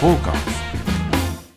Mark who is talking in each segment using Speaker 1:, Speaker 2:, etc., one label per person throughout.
Speaker 1: フォーカス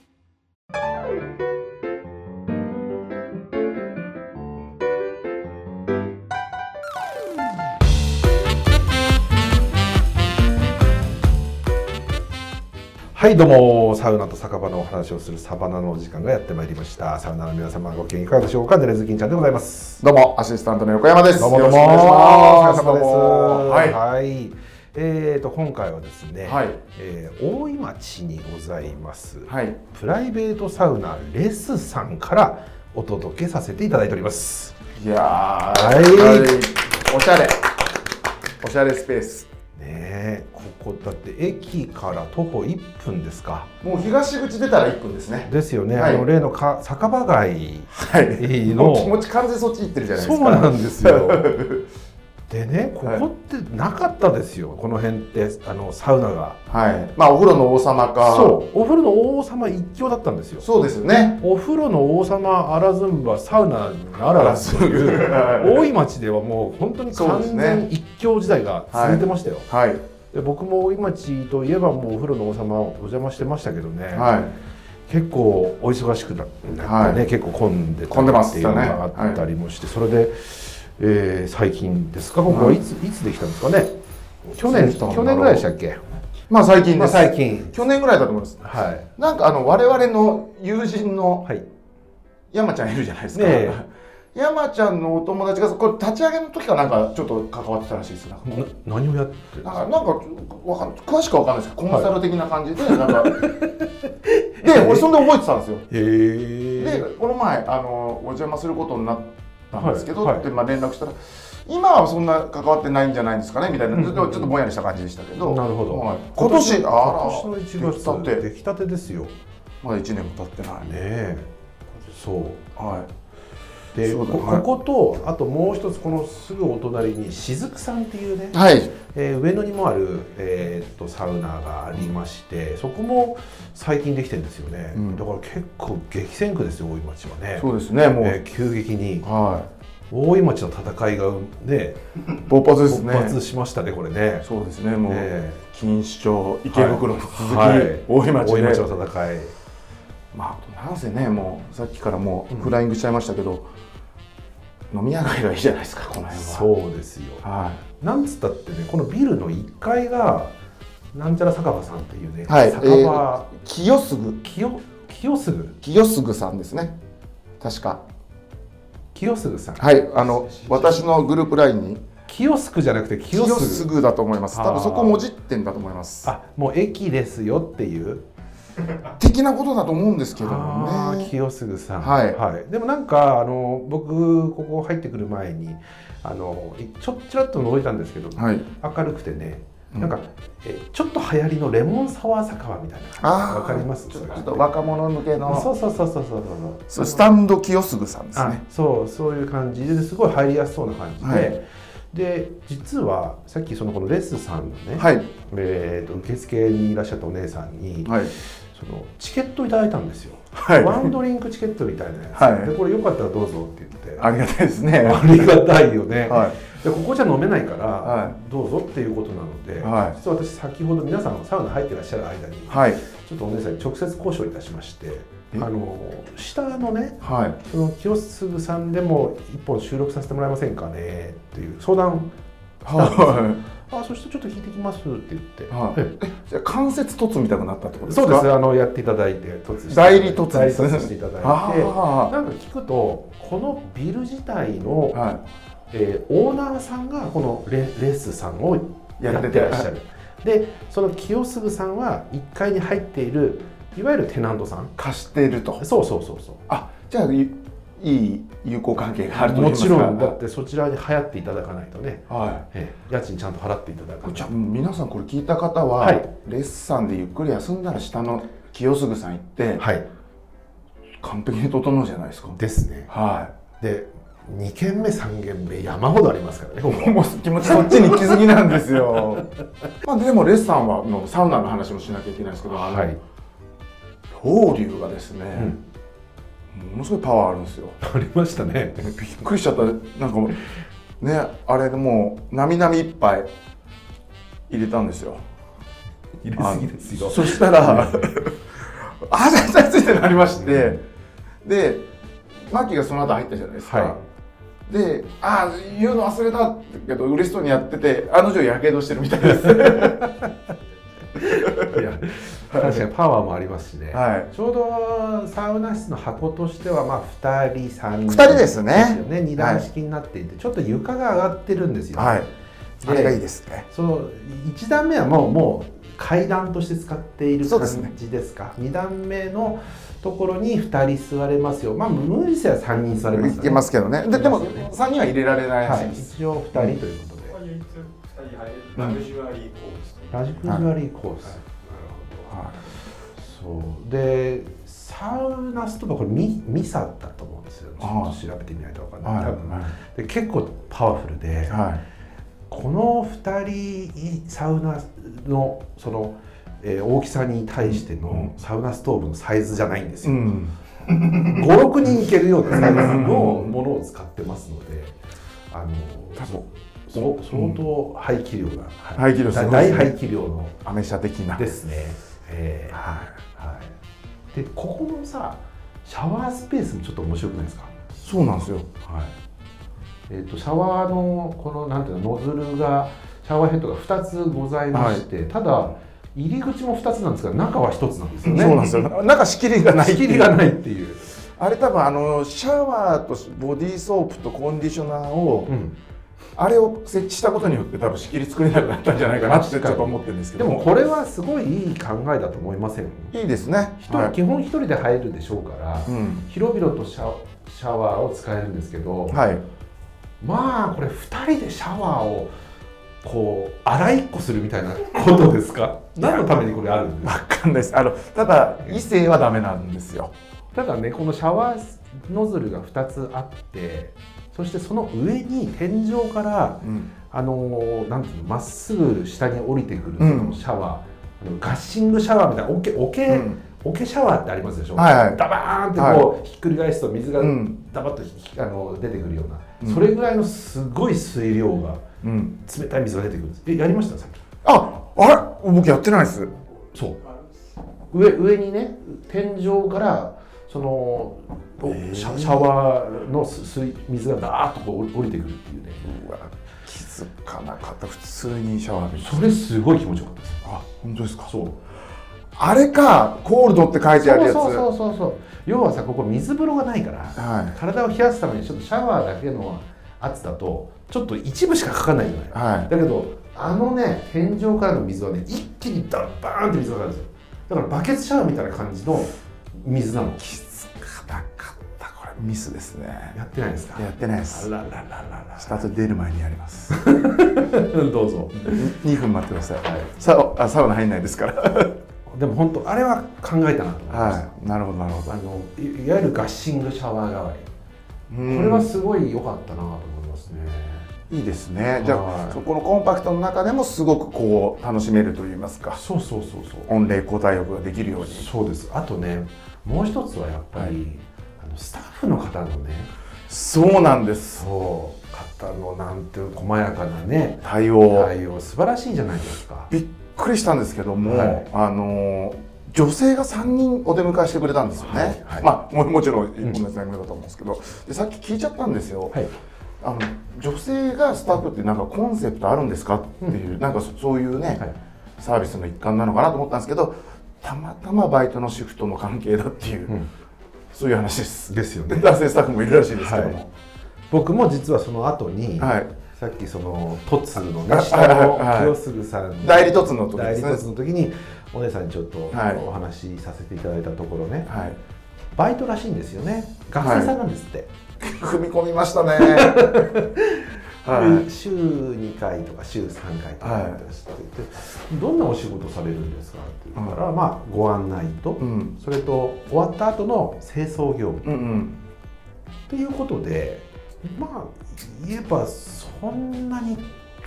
Speaker 1: はいどうもサウナと酒場のお話をするサバナのお時間がやってまいりましたサウナの皆様ご機嫌いかがでしょうかデレズキンちゃんでございます
Speaker 2: どうもアシスタントの横山です。
Speaker 1: どうもど
Speaker 2: よ
Speaker 1: う
Speaker 2: ろ
Speaker 1: も
Speaker 2: しくお願いします。
Speaker 1: お疲れ様です
Speaker 2: はい。
Speaker 1: はいえー、と今回はですね、
Speaker 2: はい
Speaker 1: えー大井町にございます、
Speaker 2: はい。
Speaker 1: プライベートサウナレスさんからお届けさせていただいております。
Speaker 2: いやー、
Speaker 1: はい
Speaker 2: おしゃれ。おしゃれスペース。
Speaker 1: ねえ、ここだって駅から徒歩1分ですか。
Speaker 2: もう東口出たら1分ですね。
Speaker 1: ですよね。
Speaker 2: はい
Speaker 1: あの例のか酒場街。
Speaker 2: はい
Speaker 1: いいの
Speaker 2: もう気持ち完全にそっち行ってるじゃない
Speaker 1: そ
Speaker 2: で
Speaker 1: う
Speaker 2: すか。
Speaker 1: なんですよ。 でね、こ
Speaker 2: はい
Speaker 1: こってなかったですよ。この辺ってあのサウナが。
Speaker 2: はい。まあお風呂の王様か。
Speaker 1: そう、お風呂の王様一強だったんですよ。
Speaker 2: そうですよね。
Speaker 1: お風呂の王様あらずんばサウナあらずという
Speaker 2: は
Speaker 1: 大井町ではもう本当に
Speaker 2: そう
Speaker 1: 完
Speaker 2: ですね
Speaker 1: 全一強時代が続いてましたよ。
Speaker 2: い。はい。
Speaker 1: で僕も大井町といえばもうお風呂の王様をお邪魔してましたけどね、
Speaker 2: はい。
Speaker 1: 結構お忙しくなってね、
Speaker 2: はい
Speaker 1: 結構混んでた
Speaker 2: 混んでま
Speaker 1: っ
Speaker 2: す
Speaker 1: て
Speaker 2: よね
Speaker 1: いうのがあったりもして、それで、えー最近ですかここは
Speaker 2: はい
Speaker 1: いつ、い、つできたんですかね去年
Speaker 2: いつできたんだろ
Speaker 1: 去
Speaker 2: う
Speaker 1: 年ぐらいでしたっけ、
Speaker 2: まあ最近
Speaker 1: ま
Speaker 2: で
Speaker 1: あ、
Speaker 2: す。
Speaker 1: 最近
Speaker 2: 去年ぐらいだと思います。
Speaker 1: はい
Speaker 2: なんかあの我々の友人の
Speaker 1: はい
Speaker 2: 山ちゃんいるじゃないですか。
Speaker 1: ねえ
Speaker 2: 山ちゃんのお友達がこれ立ち上げの時かなんかちょっと関わってたらしいです。なんか
Speaker 1: な何をやってるんで
Speaker 2: なんかなんかわかん詳しくはわかんないですけどコンサル的な感じで、なん かで俺そんで覚えてたんですよ。
Speaker 1: す
Speaker 2: で
Speaker 1: かへえ
Speaker 2: この前あのお邪魔することになったんですけど、
Speaker 1: はいはい
Speaker 2: でまあ連絡したら。今はそんな関わってないんじゃないですかねみたいな、
Speaker 1: うん
Speaker 2: ちょっとちょっとぼんやりした感じでしたけど、
Speaker 1: なるほど、
Speaker 2: はい今年、あら、
Speaker 1: 今年の
Speaker 2: 出
Speaker 1: 1
Speaker 2: 来た
Speaker 1: 月
Speaker 2: て、
Speaker 1: 出来たてですよね
Speaker 2: まだ1年も経ってない、
Speaker 1: えそう
Speaker 2: は
Speaker 1: で
Speaker 2: そうだ
Speaker 1: こ
Speaker 2: はい
Speaker 1: こことあともう一つこのすぐお隣に雫さんっていうね
Speaker 2: い、、はい、
Speaker 1: えー上野にもある、えーっとサウナがありましてそこも最近できてるんですよね、
Speaker 2: うん
Speaker 1: だから結構激戦区ですよ大井町はね
Speaker 2: そうですね、もう、
Speaker 1: えー急激に
Speaker 2: は
Speaker 1: 大井町の戦いがね
Speaker 2: い、勃発です
Speaker 1: 勃
Speaker 2: ね、
Speaker 1: 発しましたねこれね
Speaker 2: そうですね、もう、
Speaker 1: え
Speaker 2: 錦糸町、池袋に続き、
Speaker 1: えはい
Speaker 2: 大井町
Speaker 1: 大井
Speaker 2: で、
Speaker 1: 町の戦い
Speaker 2: まあ、なんせね、もうさっきからもう
Speaker 1: うん
Speaker 2: フライングしちゃいましたけど、飲み屋街がいいじゃないですか、この辺は。
Speaker 1: そうですよ
Speaker 2: は
Speaker 1: なんつったってねこのビルの1階がなんちゃら酒場さんっていうね、
Speaker 2: はい
Speaker 1: 酒場、
Speaker 2: い、清嗣
Speaker 1: 清清須
Speaker 2: 清嗣さんですね、確か。
Speaker 1: 清須さん、
Speaker 2: はい、あの私のグループラインに
Speaker 1: 清須じゃなくて清
Speaker 2: 清
Speaker 1: 須
Speaker 2: 嗣だと思います。
Speaker 1: あー
Speaker 2: 多分そこもじってんだと思います。
Speaker 1: あもう駅ですよっていう
Speaker 2: 的なことだと思うんですけど
Speaker 1: あ
Speaker 2: も
Speaker 1: ー
Speaker 2: ね。
Speaker 1: 清須さん
Speaker 2: はい
Speaker 1: でもなんかあの僕ここ入ってくる前にあのいちょっとちらっと覗いたんですけど
Speaker 2: はい。
Speaker 1: 明るくてね
Speaker 2: うん
Speaker 1: なんか、えちょっと流行りのレモンサワー酒場みたいな感
Speaker 2: あ
Speaker 1: じ
Speaker 2: ー
Speaker 1: わかります
Speaker 2: ちょ
Speaker 1: それ
Speaker 2: っと若者向けの。
Speaker 1: そうそうそうそうそう
Speaker 2: そうスタンド清嗣さんです
Speaker 1: あ
Speaker 2: ね。
Speaker 1: そうそういう感じですごい入りやすそうな感じで、
Speaker 2: はい
Speaker 1: で実はさっきそのこのレスさんのね、
Speaker 2: はい
Speaker 1: えーと受付にいらっしゃったお姉さんに、
Speaker 2: はい
Speaker 1: そのチケットいただいたんですよ、
Speaker 2: はい
Speaker 1: ワンドリンクチケットみたいなやつ、
Speaker 2: はい
Speaker 1: でこれよかったらどうぞって言って
Speaker 2: ありがたいですね。
Speaker 1: ありがたいよね、
Speaker 2: は
Speaker 1: でここじゃ飲めないから、
Speaker 2: は
Speaker 1: どうぞっていうことなので、
Speaker 2: はい
Speaker 1: 実は私先ほど皆さんサウナ入ってらっしゃる間に、
Speaker 2: いはい
Speaker 1: ちょっとお姉さんに直接交渉いたしましてあ
Speaker 2: え
Speaker 1: の下のね
Speaker 2: はい。
Speaker 1: その清嗣さんでも一本収録させてもらえませんかねっていう相談
Speaker 2: は
Speaker 1: あそしてちょっと弾いてきますって言って、
Speaker 2: はい
Speaker 1: え
Speaker 2: い。じゃあ関節突みたくなったってことです
Speaker 1: そ
Speaker 2: か。
Speaker 1: うですあのやっていただいて突して
Speaker 2: 代理凸
Speaker 1: 代
Speaker 2: で
Speaker 1: 理
Speaker 2: すね
Speaker 1: 凸していただいて
Speaker 2: あ
Speaker 1: なんか聞くとこのビル自体の、
Speaker 2: あ。は
Speaker 1: えーオーナーさんがこのレレッスさんを
Speaker 2: い。や
Speaker 1: やっ
Speaker 2: って
Speaker 1: て
Speaker 2: て
Speaker 1: らっしゃるでその清嗣さんは1階に入っているいわゆるテナントさん
Speaker 2: 貸してると。
Speaker 1: そうそうそうそう
Speaker 2: あ、じゃあいいい友好関係があると
Speaker 1: も
Speaker 2: 言います
Speaker 1: ち
Speaker 2: か。
Speaker 1: ろんだってそちらに流行っていただかないとね、
Speaker 2: は。
Speaker 1: ええ家賃ちゃんと払っていただかないい
Speaker 2: じゃあ皆さんこれ聞いた方は、
Speaker 1: はい
Speaker 2: レッサンでゆっくり休んだら下の清嗣さん行って、
Speaker 1: はい
Speaker 2: 完璧に整うじゃないですか。
Speaker 1: ですね
Speaker 2: は
Speaker 1: で2軒目3軒目山ほどありますからねこ
Speaker 2: い。
Speaker 1: こ
Speaker 2: もう気持ちそっちに行き過ぎなんですよ。 まあでもレッサンはのサウナの話もしなきゃいけないですけど、あの
Speaker 1: はい、
Speaker 2: ロウリュがですね、
Speaker 1: うん
Speaker 2: ものすごいパワーあるんですよ。
Speaker 1: ありましたね
Speaker 2: びっくりしちゃった。なんかもうね、あれでもうなみなみ一杯入れたんですよ。
Speaker 1: 入れすぎですよ
Speaker 2: そしたらあちゃちゃついてなりまして、でマッキーがその後入ったじゃないですか、
Speaker 1: は
Speaker 2: で「ああ言うの忘れた」けど嬉しそうにやっててあの女やけどしてるみた いですはい
Speaker 1: いや確かにパワーもありますしね、ちょうどサウナ室の箱としてはまあ2人3人
Speaker 2: 二人ですね
Speaker 1: よね2段式になっていて、ちょっと床が上がってるんですよ、
Speaker 2: はい
Speaker 1: で
Speaker 2: あれがいいですね
Speaker 1: その1段目はもうもう階段として使っている
Speaker 2: そう
Speaker 1: 感
Speaker 2: ですね
Speaker 1: じですか2段目のところに2人座れますよまあ無理せや3人座れますよね
Speaker 2: いけますけどねででも
Speaker 1: いけますよね
Speaker 2: 3人は入れられないら
Speaker 1: は
Speaker 2: しい
Speaker 1: い
Speaker 2: です、
Speaker 1: 一応2人ということで、
Speaker 3: 唯一二人入れるラグジュアリーコースという
Speaker 1: ラジクジュアリーコース、そうでサウナスとかこれミミサだと思うんですよちょっと調べてみないと分かんない、多分で結構パワフルで、
Speaker 2: はい
Speaker 1: この2人サウナのその、えー大きさに対してのサウナストーブのサイズじゃないんです
Speaker 2: う
Speaker 1: よ、
Speaker 2: ん、
Speaker 1: 56人いけるようなサイズのものを使ってますのであの
Speaker 2: 多分
Speaker 1: そ相当排気量が、はい
Speaker 2: 排気量すごいです
Speaker 1: 大
Speaker 2: ね
Speaker 1: 排気量の
Speaker 2: アメ車的な
Speaker 1: ですね、えー
Speaker 2: は
Speaker 1: はい、でここのさシャワースペースもちょっと面白くないですか
Speaker 2: いそうなんですよ
Speaker 1: はいえー、とシャワーのこのなんていうのノズルがシャワーヘッドが2つございまして、ただ入り口も2つなんですが中は1つなんですよね
Speaker 2: そうなんですよなんか仕切りがない
Speaker 1: 仕切りが ないっていう、
Speaker 2: あれ多分あのシャワーとボディーソープとコンディショナーを、
Speaker 1: うん、
Speaker 2: あれを設置したことによって多分仕切り作れなくなったんじゃないかなってちょっ
Speaker 1: 確かに
Speaker 2: と思ってるんですけ
Speaker 1: で
Speaker 2: ど
Speaker 1: もこれはすごいいい考えだと思いません
Speaker 2: いいですね
Speaker 1: 一人、
Speaker 2: はい
Speaker 1: 基本1人で入るでしょうから、
Speaker 2: うん
Speaker 1: 広々とシャシャワーを使えるんですけど、
Speaker 2: はい、
Speaker 1: まあこれ2人でシャワーをこう洗いっこするみたいなことです か何のためにこれあるんですか
Speaker 2: わかんないですあのただ異性はダメなんですよ
Speaker 1: ただねこのシャワーノズルが2つあってそしてその上に天井から
Speaker 2: うん
Speaker 1: あのーなんていうのまっすぐ下に降りてくるその
Speaker 2: うん
Speaker 1: シャワー、あのガッシングシャワーみたいなおけおけ、
Speaker 2: うん
Speaker 1: おけシャワーってありますでしょ、
Speaker 2: はいはい
Speaker 1: ダバーンってこう、ひっくり返すと水が
Speaker 2: うん
Speaker 1: ダバッとひあの出てくるような、
Speaker 2: うん
Speaker 1: それぐらいのすごい水量が
Speaker 2: うん
Speaker 1: 冷たい水が出てくるんですえやりましたさっき
Speaker 2: ああれ僕やってないです
Speaker 1: そう上上にね天井からそのおシャシャワーのす水水がダーッとこう降りてくるっていうね
Speaker 2: うわ気づかなかった普通にシャワー浴びる
Speaker 1: それすごい気持ちよかったです
Speaker 2: あ本当ですか
Speaker 1: そう
Speaker 2: あれかコールドって書いてあるやつ
Speaker 1: そうそうそうそう要はさここ水風呂がないから
Speaker 2: は
Speaker 1: 体を冷やすためにちょっとシャワーだけの圧だとちょっと一部しかかかんないじゃない、
Speaker 2: いはい
Speaker 1: だけどあのね天井からの水はね一気にダッバーンって水がかかるんですよだからバケツシャワーみたいな感じの水なの
Speaker 2: 気づかなかったこれミスですね
Speaker 1: やってないですか
Speaker 2: やってないです
Speaker 1: ららららら
Speaker 2: スタート出る前にやります
Speaker 1: どうぞ。
Speaker 2: 2分待ってください、
Speaker 1: はい
Speaker 2: サウあサウナ入んないですから
Speaker 1: でも本当あれは考えたなと思いました。
Speaker 2: はいなるほどなるほど
Speaker 1: あのいいわゆるガッシングシャワー代わり、
Speaker 2: こ
Speaker 1: これはすごい良かったなと思いますね。
Speaker 2: いいですねじゃ
Speaker 1: は
Speaker 2: あ
Speaker 1: い
Speaker 2: そこのコンパクトの中でもすごくこう楽しめるといいますか
Speaker 1: そうそうそうそう。
Speaker 2: 温冷交代浴ができるように
Speaker 1: そうです。あとね、もう一つはやっぱり、
Speaker 2: は
Speaker 1: あのスタッフの方のね、
Speaker 2: そうなんです
Speaker 1: そう方のなんていう細やかなね
Speaker 2: 対応、
Speaker 1: 対応素晴らしいじゃないですか。
Speaker 2: びっくりしたんですけども、
Speaker 1: はい
Speaker 2: あの女性が3人お出迎えしてくれたんですよね、
Speaker 1: はいはい
Speaker 2: まあももちろん同じ内容だと思うんですけど、でさっき聞いちゃったんですよ、
Speaker 1: はい。
Speaker 2: あの女性がスタッフってなんかコンセプトあるんですかっていう、なんかそそういうね、
Speaker 1: はい
Speaker 2: サービスの一環なのかなと思ったんですけどたまたまバイトのシフトの関係だっていう、
Speaker 1: うん
Speaker 2: そういう話です
Speaker 1: ですよね
Speaker 2: で男性スタッフもいるらしいですけども
Speaker 1: 僕も実はその後に、
Speaker 2: はい
Speaker 1: さっきそのトツのね下の清杉さんの
Speaker 2: 代理突の時
Speaker 1: 代
Speaker 2: で
Speaker 1: 理
Speaker 2: すね
Speaker 1: 卒の時にお姉さんにちょっと
Speaker 2: はい
Speaker 1: お話しさせていただいたところね、
Speaker 2: はい
Speaker 1: バイトらしいんですよね学生さんなんですって、
Speaker 2: 踏み込みましたね
Speaker 1: で週2回とか週3回とかやってらっしゃって、どんなお仕事されるんですかって言ったら、まあご案内と、
Speaker 2: うん
Speaker 1: それと終わった後の清掃業務
Speaker 2: うんうん
Speaker 1: ということでまあ言えばそんなに
Speaker 2: い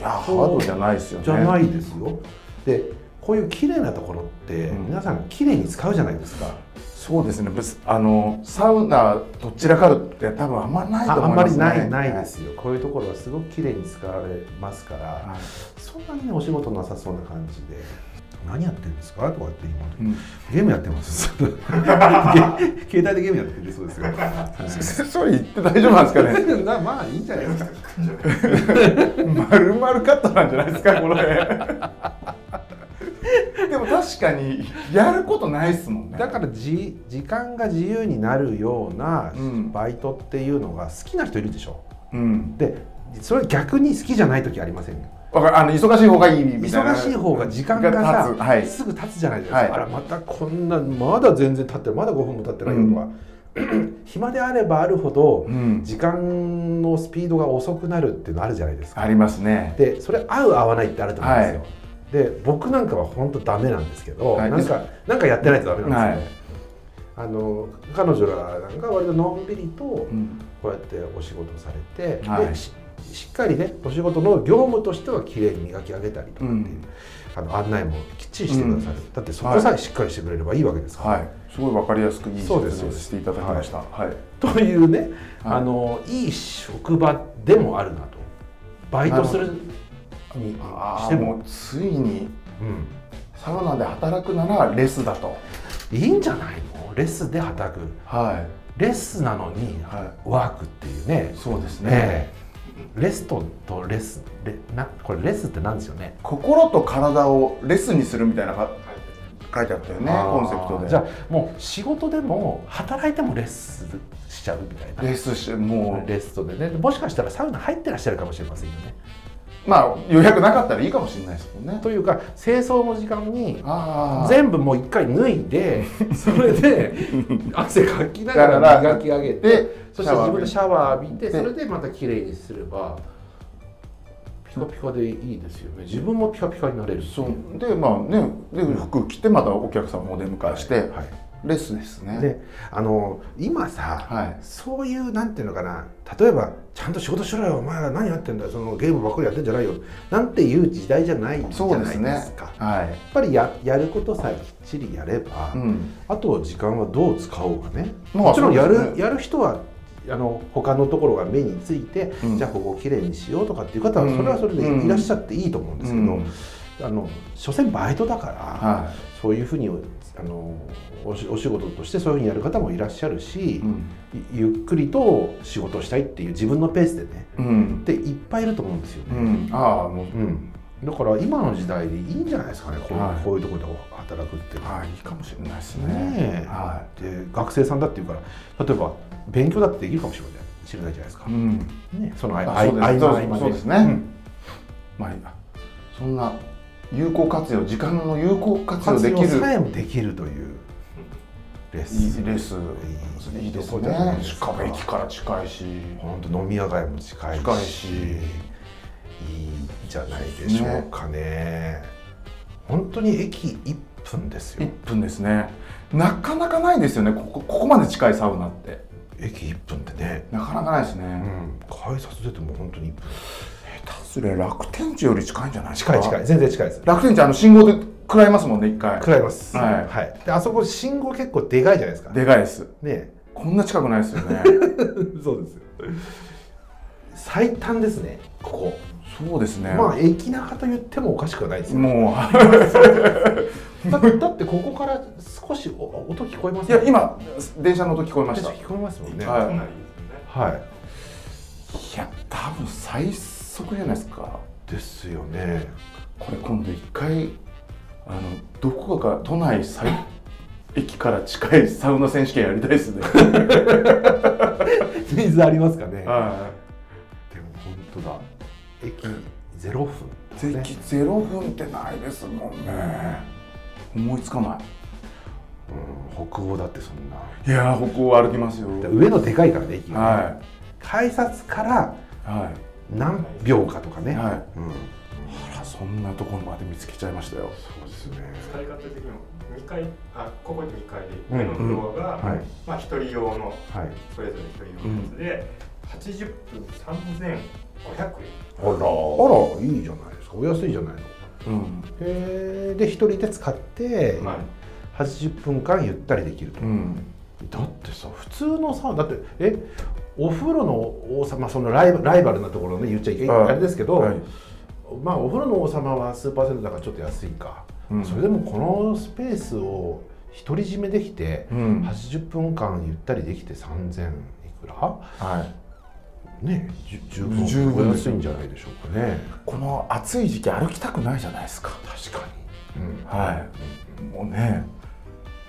Speaker 2: やハードじゃないですよね
Speaker 1: じゃないですよでこういう綺麗なところって
Speaker 2: うん
Speaker 1: 皆さん綺麗に使うじゃないですか、
Speaker 2: そうですねぶすあのサウナどちらかるって多分あんまないと
Speaker 1: ああ
Speaker 2: 思
Speaker 1: ん
Speaker 2: い
Speaker 1: ま
Speaker 2: ま
Speaker 1: り
Speaker 2: すね
Speaker 1: ないないですよ、こういうところはすごく綺麗に使われますから、
Speaker 2: はい
Speaker 1: そんなにねお仕事なさそうな感じで何やってんですかとか言って今の時
Speaker 2: うん
Speaker 1: ゲームやって ます。ゲ携帯でゲームやってるそうですよ。
Speaker 2: それ言って大丈夫なんですか ね
Speaker 1: なまあいいんじゃないですか。
Speaker 2: 丸々カットなんじゃないですかこれでも確かにやることないっすもんね
Speaker 1: だからじ時間が自由になるような
Speaker 2: うん
Speaker 1: バイトっていうのが好きな人いるでしょ。
Speaker 2: うん
Speaker 1: でそれ逆に好きじゃない時ありませんか
Speaker 2: わかるあの忙しい方がいいみたいな
Speaker 1: 忙しい方が時間がさ
Speaker 2: が経つはい
Speaker 1: すぐ経つじゃないですか、
Speaker 2: はい
Speaker 1: あらまたこんなまだ全然経ってるまだ5分も経ってないよとか、 暇であればあるほど
Speaker 2: うん
Speaker 1: 時間のスピードが遅くなるっていうのあるじゃないですか
Speaker 2: ありますね
Speaker 1: でそれ合う合わないってあると思うんですよ、で僕なんかは本当ダメなんですけど、
Speaker 2: はい
Speaker 1: なんかなんかやってないとダメなん
Speaker 2: は
Speaker 1: ですよ、あの彼女らなんか割とのんびりと
Speaker 2: い、うん
Speaker 1: こうやってお仕事をされて、
Speaker 2: はい
Speaker 1: でししっかりねお仕事の業務としては綺麗に磨き上げたりとかっていう、
Speaker 2: うん
Speaker 1: あの案内もきっちりしてくださる、だってそこさえしっかりしてくれればいいわけですから、
Speaker 2: はい、すごいわかりやすくいい説
Speaker 1: そうです
Speaker 2: 明していただきましたはい、
Speaker 1: というね、
Speaker 2: はい
Speaker 1: あのいい職場でもあるなとバイトするに
Speaker 2: あ
Speaker 1: し
Speaker 2: あ
Speaker 1: て
Speaker 2: で
Speaker 1: も、
Speaker 2: もついに
Speaker 1: うん、
Speaker 2: サウナで働くならレスだと
Speaker 1: いいんじゃないのレスで働く
Speaker 2: は
Speaker 1: レスなのに
Speaker 2: いは
Speaker 1: ワークっていうね
Speaker 2: いそうですね
Speaker 1: ねえレストとレスレなこれレスってなんですよね
Speaker 2: 心と体をレスにするみたいなか
Speaker 3: はい
Speaker 2: 書いてあったよね
Speaker 1: あー
Speaker 2: コンセプトで
Speaker 1: じゃあもう仕事でも働いてもレッスンしちゃうみたいな
Speaker 2: レスしても
Speaker 1: レストでねもしかしたらサウナ入ってらっしゃるかもしれませんよね
Speaker 2: うまあ予約なかったらいいかもしれないですもんね
Speaker 1: というか清掃の時間に
Speaker 2: ああ
Speaker 1: 全部もう一回脱い でそれで汗かきながら
Speaker 2: だから
Speaker 1: 磨き上げて
Speaker 2: で
Speaker 1: そして自分でシ
Speaker 2: シ
Speaker 1: ャワー浴びて
Speaker 2: で
Speaker 1: それでまた綺麗にすればピカピカでいいですよね自分もピカピカになれるってい
Speaker 2: そうでまあねで服着てまたお客様をお出迎えして、
Speaker 1: はい
Speaker 2: レスですね
Speaker 1: であの今さ、
Speaker 2: はい
Speaker 1: そういうなんていうのかな例えばちゃんと仕事しろよお前ら何やってんだよそのゲームばっかりやってんじゃないよなんていう時代じゃないじゃ
Speaker 2: そうで
Speaker 1: な
Speaker 2: す
Speaker 1: い
Speaker 2: ね
Speaker 1: ですか
Speaker 2: は
Speaker 1: やっぱりややることさえきっちりやれば、
Speaker 2: い、うん、
Speaker 1: あと時間はどう使おうかね、
Speaker 2: まあ
Speaker 1: もちろんや
Speaker 2: そう
Speaker 1: る、
Speaker 2: です
Speaker 1: やる人はあの他のところが目について、
Speaker 2: うん
Speaker 1: じゃあここをきれいにしようとかっていう方は
Speaker 2: うん
Speaker 1: それはそれ
Speaker 2: う
Speaker 1: で
Speaker 2: ん
Speaker 1: いらっしゃっていいと思うんですけど、
Speaker 2: うん
Speaker 1: あの所詮バイトだから、
Speaker 2: は
Speaker 1: そういうふうにあのおしお仕事としてそういうふうにやる方もいらっしゃる
Speaker 2: い
Speaker 1: し、
Speaker 2: うん
Speaker 1: いゆっくりと仕事をしたいっていう自分のペースでね
Speaker 2: うん
Speaker 1: っていっぱいいると思うんですよ
Speaker 2: う
Speaker 1: ね、
Speaker 2: ん、ああも
Speaker 1: う
Speaker 2: う
Speaker 1: んだから今の時代でいいんじゃないですかねこう,、
Speaker 2: はい
Speaker 1: こういうところで働くっていうのは
Speaker 2: はいいいかもしれないですね
Speaker 1: ねえ
Speaker 2: は
Speaker 1: で学生さんだっていうから例えば勉強だってできるかもしれない知れないじゃないですか
Speaker 2: い、う、ん、
Speaker 1: ね、その合
Speaker 2: あそうです
Speaker 1: 合間合間で
Speaker 2: そうですね、まあいいやそんな有効活用時間の有効活用
Speaker 1: 活
Speaker 2: でき
Speaker 1: 用
Speaker 2: る
Speaker 1: さえもできるというレッス
Speaker 2: いい
Speaker 1: ン
Speaker 2: レース
Speaker 1: いい
Speaker 2: いいです
Speaker 1: とこじゃない
Speaker 2: ね
Speaker 1: です
Speaker 2: し
Speaker 1: か
Speaker 2: かも駅から近いし
Speaker 1: 本当飲み屋街も近いし
Speaker 2: 近いし
Speaker 1: いいじゃないでしょうかね本当に駅1分ですよ
Speaker 2: 1分ですねなかなかないですよねここここまで近いサウナって
Speaker 1: 駅1分ってね、
Speaker 2: なかなかないですね、
Speaker 1: うん、改札出ても本当に1分
Speaker 2: 下手すりゃ楽天地より近いんじゃないですか
Speaker 1: 近い近い全然近いです
Speaker 2: 楽天地あの信号で食らいますもんね一回
Speaker 1: 食らいます
Speaker 2: はい
Speaker 1: はい、であそこ信号結構でかいじゃないですかね
Speaker 2: でかいです
Speaker 1: え
Speaker 2: こんな近くないですよ ね
Speaker 1: そうです最短ですねここ、
Speaker 2: そうですね、
Speaker 1: まあ駅中と言ってもおかしくはないですよ
Speaker 2: もう
Speaker 1: だってだってここから少しお音聞こえます
Speaker 2: いや今電車の音聞こえました。
Speaker 1: 聞こえますもんね
Speaker 2: はい
Speaker 3: かなりですね
Speaker 1: はい
Speaker 2: いや多分最速じゃないですか。
Speaker 1: ですよね
Speaker 2: これ今度一回あのどこか都内最駅から近いサウナ選手権やりたいですね。
Speaker 1: 水ありますかねでも
Speaker 2: は
Speaker 1: 本当だ駅ゼロ分
Speaker 2: い。
Speaker 1: ね
Speaker 2: 駅ゼロ分ってないですもんね。思いつかな。
Speaker 1: うん北欧だってそんない
Speaker 2: いやー北欧歩きますよ。
Speaker 1: だ上のでかいからね駅がね
Speaker 2: は
Speaker 1: 改札から
Speaker 2: いは
Speaker 1: 何秒かとか
Speaker 2: い
Speaker 1: ね、
Speaker 2: はい。
Speaker 1: うん
Speaker 2: あらそんなところまで見つけちゃいましたよ。
Speaker 1: そうですね
Speaker 3: 使い方的にも二階あここに2階で上のフロアが、
Speaker 1: はい
Speaker 3: まあ、一人用の
Speaker 1: はい
Speaker 3: それぞれ一人用のやつで、80分3500
Speaker 1: あらあらいいじゃないですかお安いじゃないの
Speaker 2: う
Speaker 1: へ
Speaker 2: ん
Speaker 1: えで一人で使って
Speaker 3: 円、まあ、
Speaker 1: 80分間ゆったりできると、
Speaker 2: うん
Speaker 1: だってさ普通のさだってえお風呂の王様そのライバライバルなところね言っちゃいけない、
Speaker 2: はい
Speaker 1: あれですけど、
Speaker 2: はい
Speaker 1: まあお風呂の王様は数パーセントだからちょっと安いか
Speaker 2: うん
Speaker 1: それでもこのスペースを独り占めできて
Speaker 2: うんはい
Speaker 1: 80分間ゆったりできて3000いくらねじゅ十分
Speaker 2: 十分
Speaker 1: お安いんじゃないでしょうかね
Speaker 2: この暑い時期歩きたくないじゃないですか
Speaker 1: 確かに、うん、
Speaker 2: はいもうね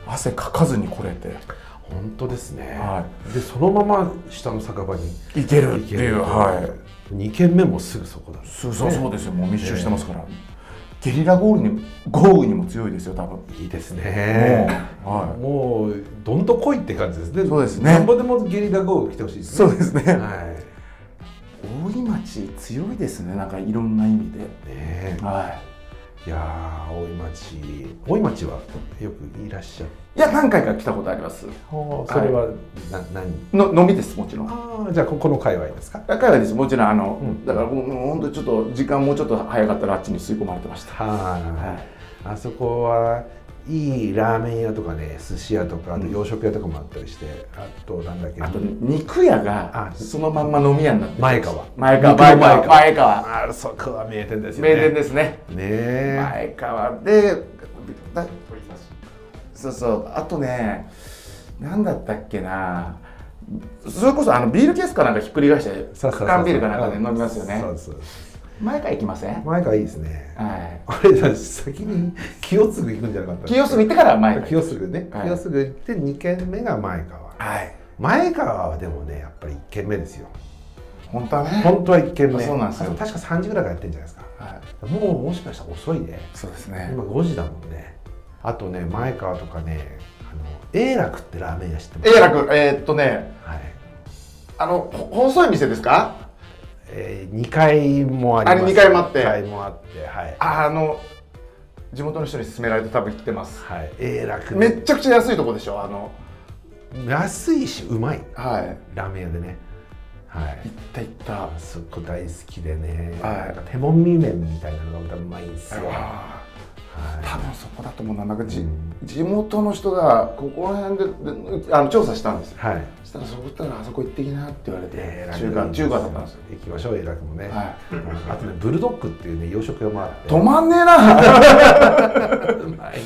Speaker 2: 汗かかずに来れて
Speaker 1: 本当ですね、
Speaker 2: は
Speaker 1: でそのまま下の酒場に
Speaker 2: いける
Speaker 1: 行
Speaker 2: って
Speaker 1: け
Speaker 2: い
Speaker 1: る、
Speaker 2: うはい
Speaker 1: 2軒目もすぐそこだ
Speaker 2: いそうそうそうですよもう密集してますから、ゲリラ豪雨に豪雨にも強いですよ多分
Speaker 1: いいですね
Speaker 2: もうは
Speaker 1: もうどんと来いって感じですね
Speaker 2: そうですね
Speaker 1: なんぼでもゲリラ豪雨来てほしいで
Speaker 2: い
Speaker 1: す
Speaker 2: そ
Speaker 1: ね
Speaker 2: うですね、
Speaker 1: は
Speaker 2: 大井町強いですねなんかいろんな意味で
Speaker 1: いね
Speaker 2: は
Speaker 1: えいやー大井町大井町はよくいらっしゃる
Speaker 2: いいや何回か来たことあります
Speaker 1: そ
Speaker 2: それ
Speaker 1: れは、な何
Speaker 2: の飲みですもちろん
Speaker 1: ああじゃあここの界隈ですか
Speaker 2: だからですもちろんあの、
Speaker 1: うん
Speaker 2: だからもう本当ちょっと時間もうちょっと早かったらあっちに吸い込まれてました
Speaker 1: はい
Speaker 2: はい
Speaker 1: あそこはいいラーメン屋とかね寿司屋とかあと洋食屋とかもあったりして、あとなんだっけ
Speaker 2: あとね肉屋が
Speaker 1: あ
Speaker 2: そのまんま飲み屋になってる
Speaker 1: 前川
Speaker 2: 前川
Speaker 1: 肉の前
Speaker 2: 前川
Speaker 1: 川
Speaker 2: 前川
Speaker 1: あそこは名店ですよね
Speaker 2: 名店ですね
Speaker 1: ねえ、
Speaker 2: 前川でだ
Speaker 3: 鳥刺し
Speaker 2: そうそうあとね何だったっけなそれこそあのビールケースかなんかひっくり返して
Speaker 1: そうそうそうそう
Speaker 2: 缶ビールかなんかで飲みますよね
Speaker 1: そうそうそう
Speaker 2: 前川行きません
Speaker 1: 前川いいですね
Speaker 2: は
Speaker 1: あれだ先に清継行くんじゃなかった
Speaker 2: い清澄行ってから前川
Speaker 1: 清継ね、
Speaker 2: はい
Speaker 1: 清継行って2軒目が前川
Speaker 2: はい
Speaker 1: 前川はでもねやっぱり1軒目ですよ
Speaker 2: 本当はね
Speaker 1: 本当は1軒目
Speaker 2: そうなんですよ
Speaker 1: あ確か3時ぐらいからやってるんじゃないです
Speaker 2: はい
Speaker 1: かもうもしかしたら遅いね
Speaker 2: そうですね
Speaker 1: 今5時だもんねあとね前川とかねあの永楽ってラーメン屋知ってます
Speaker 2: 永楽えーっとね
Speaker 1: はい、
Speaker 2: あのほ細い店ですか
Speaker 1: え2階もあります
Speaker 2: あれ二階もあって
Speaker 1: 二階もあってはい
Speaker 2: あの地元の人に勧められて多分行ってます
Speaker 1: はい永楽
Speaker 2: めっちゃくちゃ安いとこでしょあの
Speaker 1: 安いしうまい
Speaker 2: はい
Speaker 1: ラーメン屋でねはい
Speaker 2: 行った行っ
Speaker 1: あそこ大好きでね、
Speaker 2: はい
Speaker 1: なんか手もみ麺みたいなのがまたうまいんです
Speaker 2: た
Speaker 1: よ、は
Speaker 2: あー
Speaker 1: い、
Speaker 2: 多分そこだと思うななんかじ、
Speaker 1: うん
Speaker 2: 地元の人がここら辺でであの調査したんですよ
Speaker 1: はい、
Speaker 2: そしたらそこ行ったらあそこ行ってきなって言われて
Speaker 1: え
Speaker 2: 中華中華だったんですよ、
Speaker 1: 行きましょう永楽もね、
Speaker 2: は
Speaker 1: うんあとねブルドッグっていうね洋食屋もあっ
Speaker 2: い、
Speaker 1: て
Speaker 2: 止まんねえな
Speaker 1: うまいんだね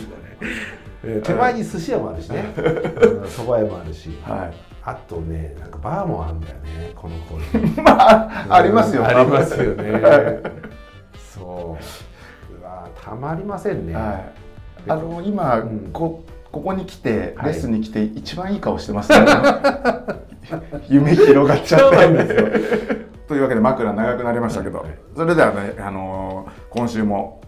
Speaker 1: えー手前に寿司屋もあるしねうんそば、屋もあるし
Speaker 2: はい
Speaker 1: あとねなんかバーもあるんだよねこの子
Speaker 2: ま ああります よ
Speaker 1: ありますよね
Speaker 2: は
Speaker 1: そううわたまりません
Speaker 2: い
Speaker 1: ね、
Speaker 2: はいあの今、
Speaker 1: うん
Speaker 2: こここに来て
Speaker 1: はい
Speaker 2: レッスンに来て一番いい顔してますね、 夢広がっちゃっ
Speaker 1: そうな
Speaker 2: て
Speaker 1: んですよ
Speaker 2: というわけで枕長くなりましたけど
Speaker 1: はい
Speaker 2: それではね、あのー今週も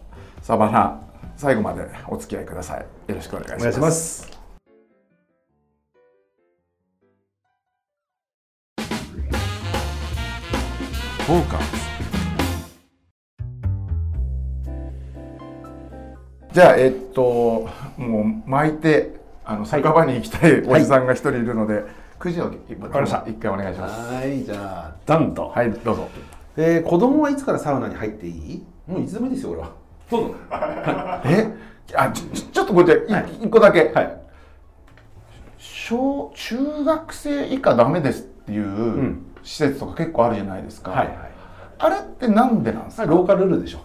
Speaker 2: サバナ最後までお付き合いくださいよろしくお願いします
Speaker 1: す
Speaker 2: フォーカスじゃあえっともう巻いてあの酒場に行きたいおじさんが一人いるので、くじをわ
Speaker 4: かりました
Speaker 2: 一回お願いします
Speaker 1: はいじゃあ
Speaker 4: ダンと、
Speaker 2: はいどうぞ
Speaker 1: えー子供はいつからサウナに入っていいもういつでもいいですよ俺は
Speaker 4: どうぞ
Speaker 2: えあちょちょっとこれで一個だけ、
Speaker 4: はい
Speaker 2: 小中学生以下ダメですっていう、
Speaker 4: ん
Speaker 2: 施設とか結構あるじゃないですか、
Speaker 4: はい
Speaker 2: あれってなんでなんですか、
Speaker 1: ローカルルールでしょ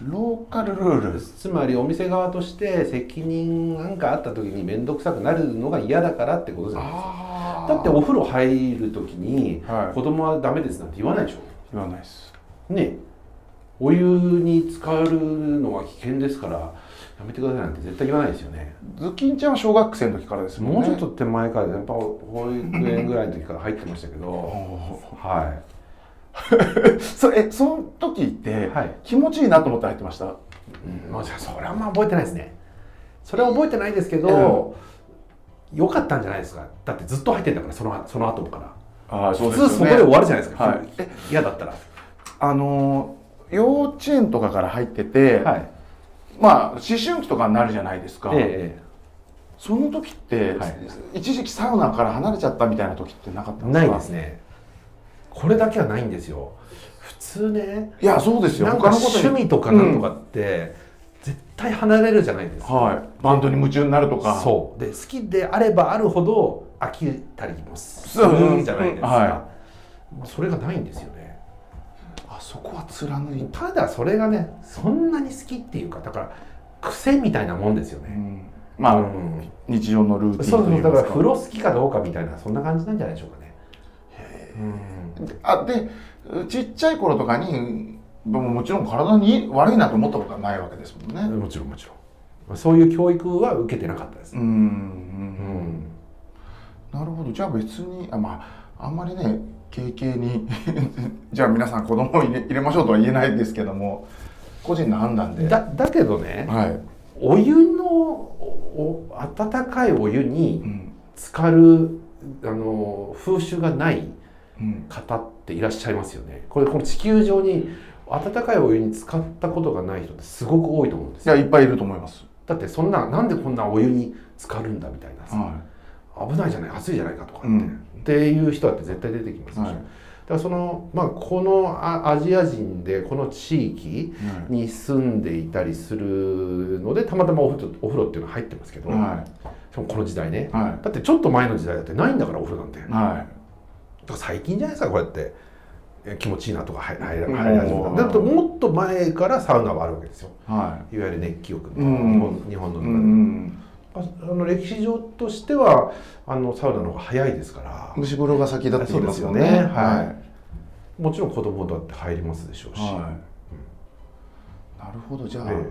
Speaker 2: ローカルルール
Speaker 1: つまりお店側として責任なんかあった時に面倒くさくなるのが嫌だからってことじゃないです
Speaker 2: あ
Speaker 1: か
Speaker 2: ー
Speaker 1: だってお風呂入る時に
Speaker 2: はい
Speaker 1: 子供はダメですなんて言わないでし
Speaker 2: 言わないです
Speaker 1: ょねえお湯に浸かるのは危険ですからやめてくださいなんて絶対言わないですよね
Speaker 2: ズッキンちゃんは小学生の時からですもんね
Speaker 1: もうちょっと手前からやっぱ保育園ぐらいの時から入ってました けど
Speaker 2: お
Speaker 1: は
Speaker 2: ーそえその時って、
Speaker 1: はい
Speaker 2: 気持ちいいなと思って入ってました
Speaker 1: い、うん、まあじゃあそれはあんま覚えてないですねそれは覚えてないですけど、良かったんじゃないですかだってずっと入ってんだからそのその後もから
Speaker 2: ああそ
Speaker 1: 普通そこで終わるじゃないですか、
Speaker 2: はい
Speaker 1: え嫌だったら、
Speaker 2: あのー幼稚園とかから入ってて、
Speaker 1: い
Speaker 2: まあ思春期とかになるじゃないですか、
Speaker 1: え
Speaker 2: その時って、
Speaker 1: はい
Speaker 2: 一時期サウナから離れちゃったみたいな時ってなかった
Speaker 1: え
Speaker 2: んですか
Speaker 1: ないですねこれだけはないんですよ普通ね
Speaker 2: いやそうですよ
Speaker 1: なんか
Speaker 2: 他のことに
Speaker 1: 趣味とかなんとかって、絶対離れるじゃないですか
Speaker 2: はいバンドに夢中になるとか
Speaker 1: そうで好きであればあるほど飽きたりもす
Speaker 2: そううんうん
Speaker 1: るじゃないですか、
Speaker 2: は
Speaker 1: まあそれがないんですよね
Speaker 2: あそこは貫い
Speaker 1: ただそれがねそんなに好きっていうかだから癖みたいなもんですよね、
Speaker 2: まあ、
Speaker 1: うん
Speaker 2: 日常のルーティン
Speaker 1: そう
Speaker 2: と
Speaker 1: そ
Speaker 2: いう
Speaker 1: だから
Speaker 2: う
Speaker 1: 風呂好きかどうかみたいなそんな感じなんじゃないでしょうかねうん
Speaker 2: あでちっちゃい頃とかにももちろん体に悪いなと思ったことはないわけですもんね
Speaker 1: もちろんもちろんそういう教育は受けてなかったです
Speaker 2: うん、う
Speaker 1: うんん
Speaker 2: なるほどじゃあ別にあまああんまりね経験に じゃあ皆さん子供を入れ入れましょうとは言えないですけども個人の判断で
Speaker 1: だだけどね
Speaker 2: はい、
Speaker 1: お湯のおお温かいお湯
Speaker 2: う
Speaker 1: に
Speaker 2: ん
Speaker 1: 浸かるあの風習がない
Speaker 2: うん、
Speaker 1: 方っていらっしゃいますよねこれこの地球上に温かいお湯に浸かったことがない人ってすごく多いと思うんです
Speaker 2: いや
Speaker 1: よ
Speaker 2: いっぱいいると思います、
Speaker 1: だってそんななんでこんなお湯に浸かるんだみたいなさ
Speaker 2: は
Speaker 1: 危ないじゃない暑いじゃないかとかって,、
Speaker 2: うん
Speaker 1: っていう人だって絶対出てきます
Speaker 2: い
Speaker 1: し、
Speaker 2: は
Speaker 1: だ
Speaker 2: い
Speaker 1: からその、まあ、このあアジア人でこの地域に住んでいたりするのでたまたまお風呂お風呂っていうのは入ってますけど、
Speaker 2: は
Speaker 1: しかもこの時代ね
Speaker 2: いは
Speaker 1: だってちょっと前の時代だってないんだからお風呂なんて、
Speaker 2: い
Speaker 1: だか
Speaker 2: は
Speaker 1: ら最近じゃないですかこうやってえ気持ちいいなとか入入
Speaker 2: うん
Speaker 1: 入り始めただってもっと前からサウナはあるわけですよ
Speaker 2: いはい
Speaker 1: わゆる熱気浴の日
Speaker 2: うん
Speaker 1: 本,、日本の
Speaker 2: う
Speaker 1: 中で、
Speaker 2: んうん
Speaker 1: ああの歴史上としてはあのサウナの方が早いですから、
Speaker 2: 蒸し風呂が先だって言いますよね
Speaker 1: そうですよね
Speaker 2: は
Speaker 1: もちろん子供だって入りますでしょう
Speaker 2: い、
Speaker 1: し、
Speaker 2: はい、なるほどじゃあ、
Speaker 1: え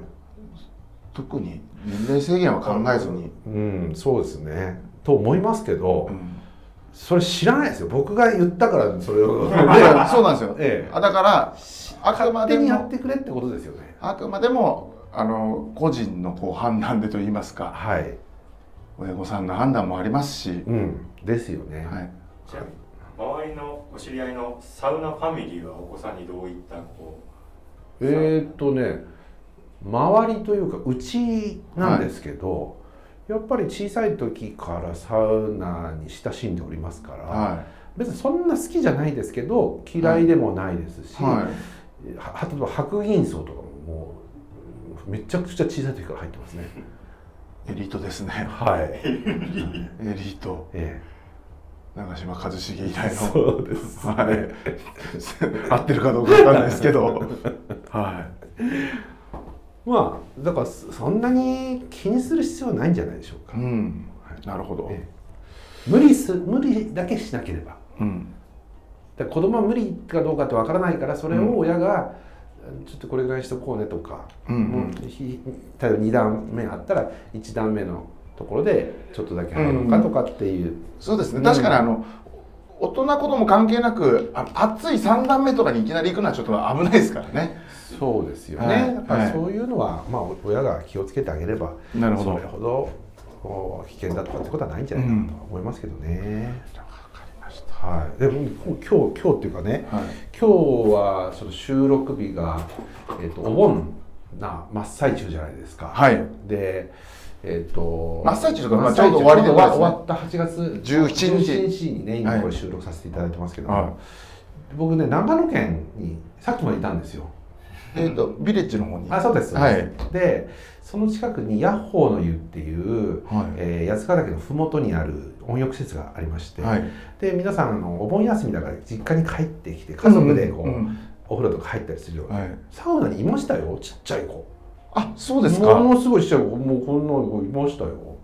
Speaker 2: 特に年齢制限は考えずに、
Speaker 1: えうんそうですねと思いますけど、
Speaker 2: うん
Speaker 1: それ知らないですよ僕が言ったからそれ を、
Speaker 2: いやそうなんですよ
Speaker 1: ええ
Speaker 2: あだからあくま
Speaker 1: 勝手
Speaker 2: で
Speaker 1: にやっ
Speaker 2: も
Speaker 1: てくれってことですよね
Speaker 2: あくまでもあの個人のこう判断でと言いますか
Speaker 1: はい、
Speaker 2: 親御さんの判断もありますし、
Speaker 1: うん、ですよね、
Speaker 2: はい、
Speaker 3: じゃあ場合のお知り合いのサウナファミリーはお子さんにどういったこ
Speaker 1: えーっとね周りというかうちなんですけど、やっぱり小さい時からサウナに親しんでおりますから、
Speaker 2: は
Speaker 1: 別にそんな好きじゃないですけど嫌いでもないですし、
Speaker 2: いは
Speaker 1: は例えば白銀荘とかももうめちゃくちゃ小さい時から入ってますね
Speaker 2: いエリートですね
Speaker 1: はい、
Speaker 2: エリート
Speaker 1: え
Speaker 2: 長嶋一茂以
Speaker 1: え、
Speaker 2: 来の
Speaker 1: そうですね、
Speaker 2: はい、合ってるかどうかわかんないですけどは
Speaker 1: まあだからそそんなに気にする必要はないんじゃないでしょう
Speaker 2: い、
Speaker 1: か、
Speaker 2: うん、なるほど、
Speaker 1: ええ無理す無理だけしなければ
Speaker 2: うん、
Speaker 1: だから子供は無理かどうかってわからないからそれを親が、ちょっとこれぐらいにしとこうねとか、
Speaker 2: うん
Speaker 1: もうひ例えば2段目あったら1段目のところでちょっとだけ入るのかとかっていう、
Speaker 2: そうですね確かにあの大人子供関係なくあの暑い三段目とかにいきなり行くのはちょっと危ないですからね
Speaker 1: そうですよ
Speaker 2: はい
Speaker 1: ね、やっぱ
Speaker 2: は
Speaker 1: り
Speaker 2: い
Speaker 1: そういうのは、まあ、お親が気をつけてあげれば
Speaker 2: な
Speaker 1: それほどこう危険だとかってことはないんじゃないかなとは思いますけどね。はい、でもこう今日今日っていうかね
Speaker 2: はい
Speaker 1: 今日はその収録日が、えっとお盆な真っ最中じゃないですか。
Speaker 2: はい
Speaker 1: でえっ、と
Speaker 2: 真っ最中とかまあ
Speaker 1: 真っ最中
Speaker 2: ちょうど終わりで
Speaker 1: ちょうど
Speaker 2: 終
Speaker 1: 終
Speaker 2: わ
Speaker 1: わった8月
Speaker 2: 17日
Speaker 1: 17日にね今こ
Speaker 2: は
Speaker 1: れ
Speaker 2: い
Speaker 1: 収録させていただいてますけども、
Speaker 2: はい
Speaker 1: 僕ね長野県にさっきまでいたんですよ。
Speaker 2: えっ、とビレッジの方に
Speaker 1: あそうです、
Speaker 2: はい
Speaker 1: でその近くにヤッホーの湯っていう、
Speaker 2: はい
Speaker 1: えー八ヶ岳の麓にある温浴施設がありまして、
Speaker 2: はい
Speaker 1: で皆さんあのお盆休みだから実家に帰ってきて家族でこう、
Speaker 2: ん
Speaker 1: お風呂とか入ったりするような、
Speaker 2: はい、
Speaker 1: サウナにいましたよちっちゃい子
Speaker 2: あそうですか
Speaker 1: ものすごいちっちゃい子もうこんなのいましたよ、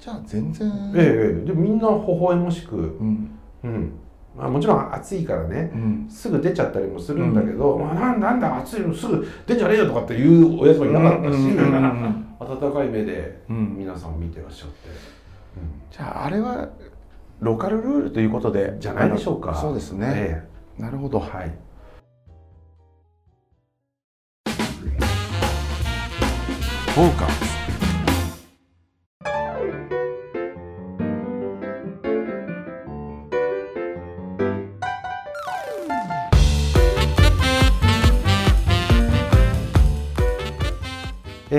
Speaker 2: じゃあ全然
Speaker 1: ええええでみんな微笑ましく、
Speaker 2: うん
Speaker 1: うんまあ、もちろん暑いからね
Speaker 2: うん
Speaker 1: すぐ出ちゃったりもするんだけど、まあ、なんなんだ暑いのすぐ出ちゃねえよとかっていう親父もいなかったし、
Speaker 2: うんうんうん
Speaker 1: 温かい目で
Speaker 2: うん
Speaker 1: 皆さん見てらっしゃって、
Speaker 2: じゃああれはローカルルールということで
Speaker 1: じゃないでしょうか
Speaker 2: あのそうですね、
Speaker 1: え
Speaker 2: なるほど
Speaker 1: えはい
Speaker 2: フォーカ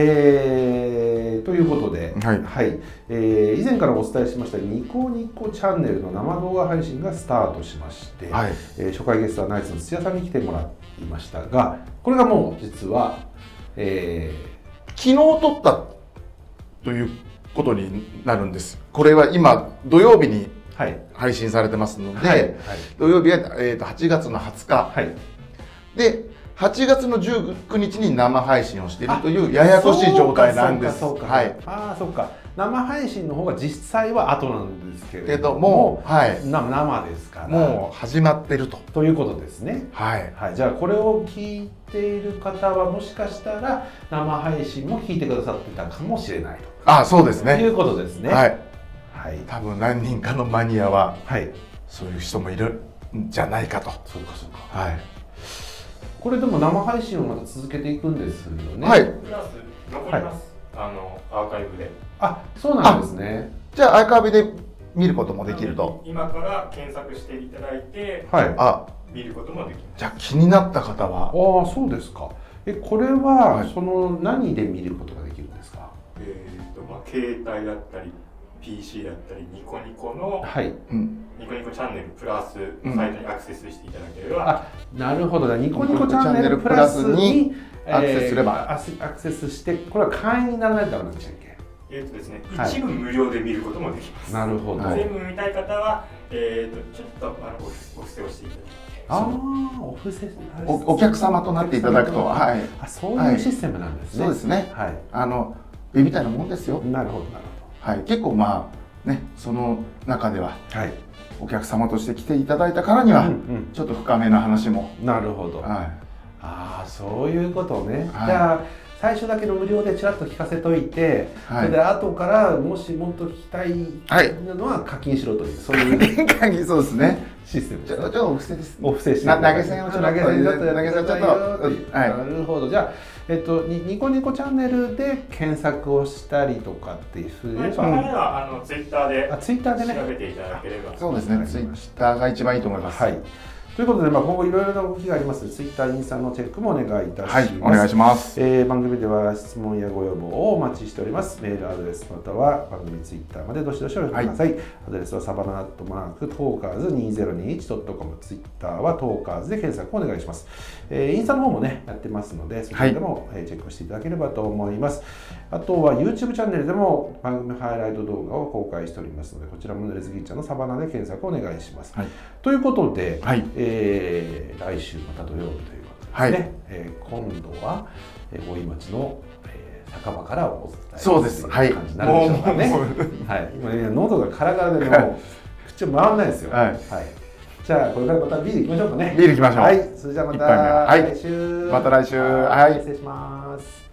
Speaker 1: えーということで、
Speaker 2: はい
Speaker 1: えー以前からお伝えしましたニコニコチャンネルの生動画配信がスタートしまして、
Speaker 2: はい
Speaker 1: えー初回ゲストはナイツの土屋さんに来てもらいましたがこれがもう実は、え
Speaker 2: 昨日撮ったということになるんですこれは今土曜日に
Speaker 1: ーはい
Speaker 2: 配信されてますので、
Speaker 1: はい
Speaker 2: 土曜日は、えー、と8月の20日
Speaker 1: はい
Speaker 2: で8月の19日に生配信をしているというややこしい状態なんです。
Speaker 1: そうかそうか
Speaker 2: はい。
Speaker 1: ああ、そっか。生配信の方が実際は後なんですけれ
Speaker 2: け
Speaker 1: ど
Speaker 2: ど
Speaker 1: も
Speaker 2: も、、はい。
Speaker 1: な生ですから。
Speaker 2: もう始まってると。
Speaker 1: ということですね。
Speaker 2: はい。
Speaker 1: はい、じゃあこれを聞いている方はもしかしたら生配信も聞いてくださってたかもしれない
Speaker 2: あ、そうです
Speaker 1: とい
Speaker 2: ね。
Speaker 1: うことですね。
Speaker 2: はい。
Speaker 1: はい、
Speaker 2: 多分何人かのマニアは
Speaker 1: はい、
Speaker 2: そういう人もいるんじゃないかと。
Speaker 1: そうかそうか。
Speaker 2: はい。
Speaker 1: これでも生配信をまた続けていくんですよね。
Speaker 2: はい。
Speaker 3: プラス残ります、あのアーカイブで
Speaker 1: あ、そうなんですね。
Speaker 2: じゃあアーカイブで見ることもできると。
Speaker 3: 今から検索していただいて
Speaker 1: はい。あ
Speaker 2: あ、
Speaker 3: 見ることもできます
Speaker 2: じゃあ気になった方
Speaker 1: あ
Speaker 2: は、
Speaker 1: ー、そうですか。え、これは、
Speaker 2: はい
Speaker 1: その何で見ることができるんですか。
Speaker 3: えーとまあ、携帯だったり PC だったりニコニコの
Speaker 1: はい。
Speaker 2: うん、
Speaker 3: ニコニコチャンネルプラス
Speaker 2: うん
Speaker 3: サイトにアクセスしていただければ、
Speaker 1: あ、なるほどだ。ニコニコチャンネルプラスに
Speaker 2: アクセスすれば
Speaker 1: えーアスアクセスして、これは会員にならないとダメなんでしたっけ。
Speaker 3: えーとですね、
Speaker 1: はい
Speaker 3: 一部無料で見ることもできます
Speaker 1: なるほど。
Speaker 2: はい
Speaker 3: 全部見たい方は、えー、とちょっとあのお布お布施をしていただいて
Speaker 1: ああ、お布施。
Speaker 2: おお客様となっていただくと、
Speaker 1: はい。
Speaker 2: はい、
Speaker 1: あ、そういうシステムなんですね。
Speaker 2: そうですね。
Speaker 1: はい。
Speaker 2: あのベビータイのもんですよ。
Speaker 1: なるほど、なる
Speaker 2: はい、結構まあね、その中では
Speaker 1: ほど。はい。
Speaker 2: お客様として来ていただいたからには、
Speaker 1: うん
Speaker 2: ちょっと深めな話も、
Speaker 1: うん。なるほど。
Speaker 2: は
Speaker 1: ああそういうことね、
Speaker 2: はい
Speaker 1: じゃあ最初だけの無料でちらっと聞かせといて、
Speaker 2: い、は
Speaker 1: それで後からもしもっと聞きたい
Speaker 2: はい
Speaker 1: のは課金しろという、そういう
Speaker 2: い、かにそうですね。
Speaker 1: システム
Speaker 2: ち
Speaker 1: で
Speaker 2: ょ
Speaker 1: す
Speaker 2: ちょっ
Speaker 1: ね
Speaker 2: とお布施です。
Speaker 1: お布施して
Speaker 2: な投げ銭をちょっと
Speaker 1: 投げ銭ちょっとやってくださいよ
Speaker 2: 投げ銭ちょっとはい
Speaker 1: なるほどじゃあ、えっと、にニコニコチャンネルで検索をしたりとかってすれ
Speaker 3: まあ一
Speaker 1: ば、
Speaker 3: 番早いのはあのツイッターで
Speaker 1: あツイッターでね
Speaker 3: 調べていただければ、
Speaker 2: そうですね。ツイッターが一番いいと思います。
Speaker 1: はいということで、まあ、今後いろいろな動きがありますのでツイッターインスタのチェックもお願いいたします、
Speaker 2: はい、お願いします。
Speaker 1: えー番組では質問やご要望をお待ちしております。メールアドレスまたは番組ツイッターまでどしどしお寄せください。アドレスはサバナアットマークトーカーズ 2021.com ツイッターはトーカーズで検索お願いします。えーインスタの方もね、やってますので、そちらでもえーチェックしていただければと思います。あとは YouTube チャンネルでも番組ハイライト動画を公開しておりますので、こちらもレズギーちゃんのサバナで検索お願いします。
Speaker 2: はい
Speaker 1: ということで、
Speaker 2: はい
Speaker 1: えー来週また土曜日ということで、
Speaker 2: はい
Speaker 1: ねえー今度は、えー、大井町の、えー酒場からお伝え
Speaker 2: そうです
Speaker 1: とい
Speaker 2: はい
Speaker 1: 感じになるでしょうかね。
Speaker 2: もう
Speaker 1: はい、今ね喉がカラカラでもう口が回らないですよ。
Speaker 2: はい
Speaker 1: じゃあこれからまたビール行きましょうかね。
Speaker 2: ビール行きましょう
Speaker 1: はい。それじゃあまた
Speaker 2: 一杯目ははい
Speaker 1: 来週。
Speaker 2: また来週
Speaker 1: は
Speaker 2: はい
Speaker 1: い。失礼します。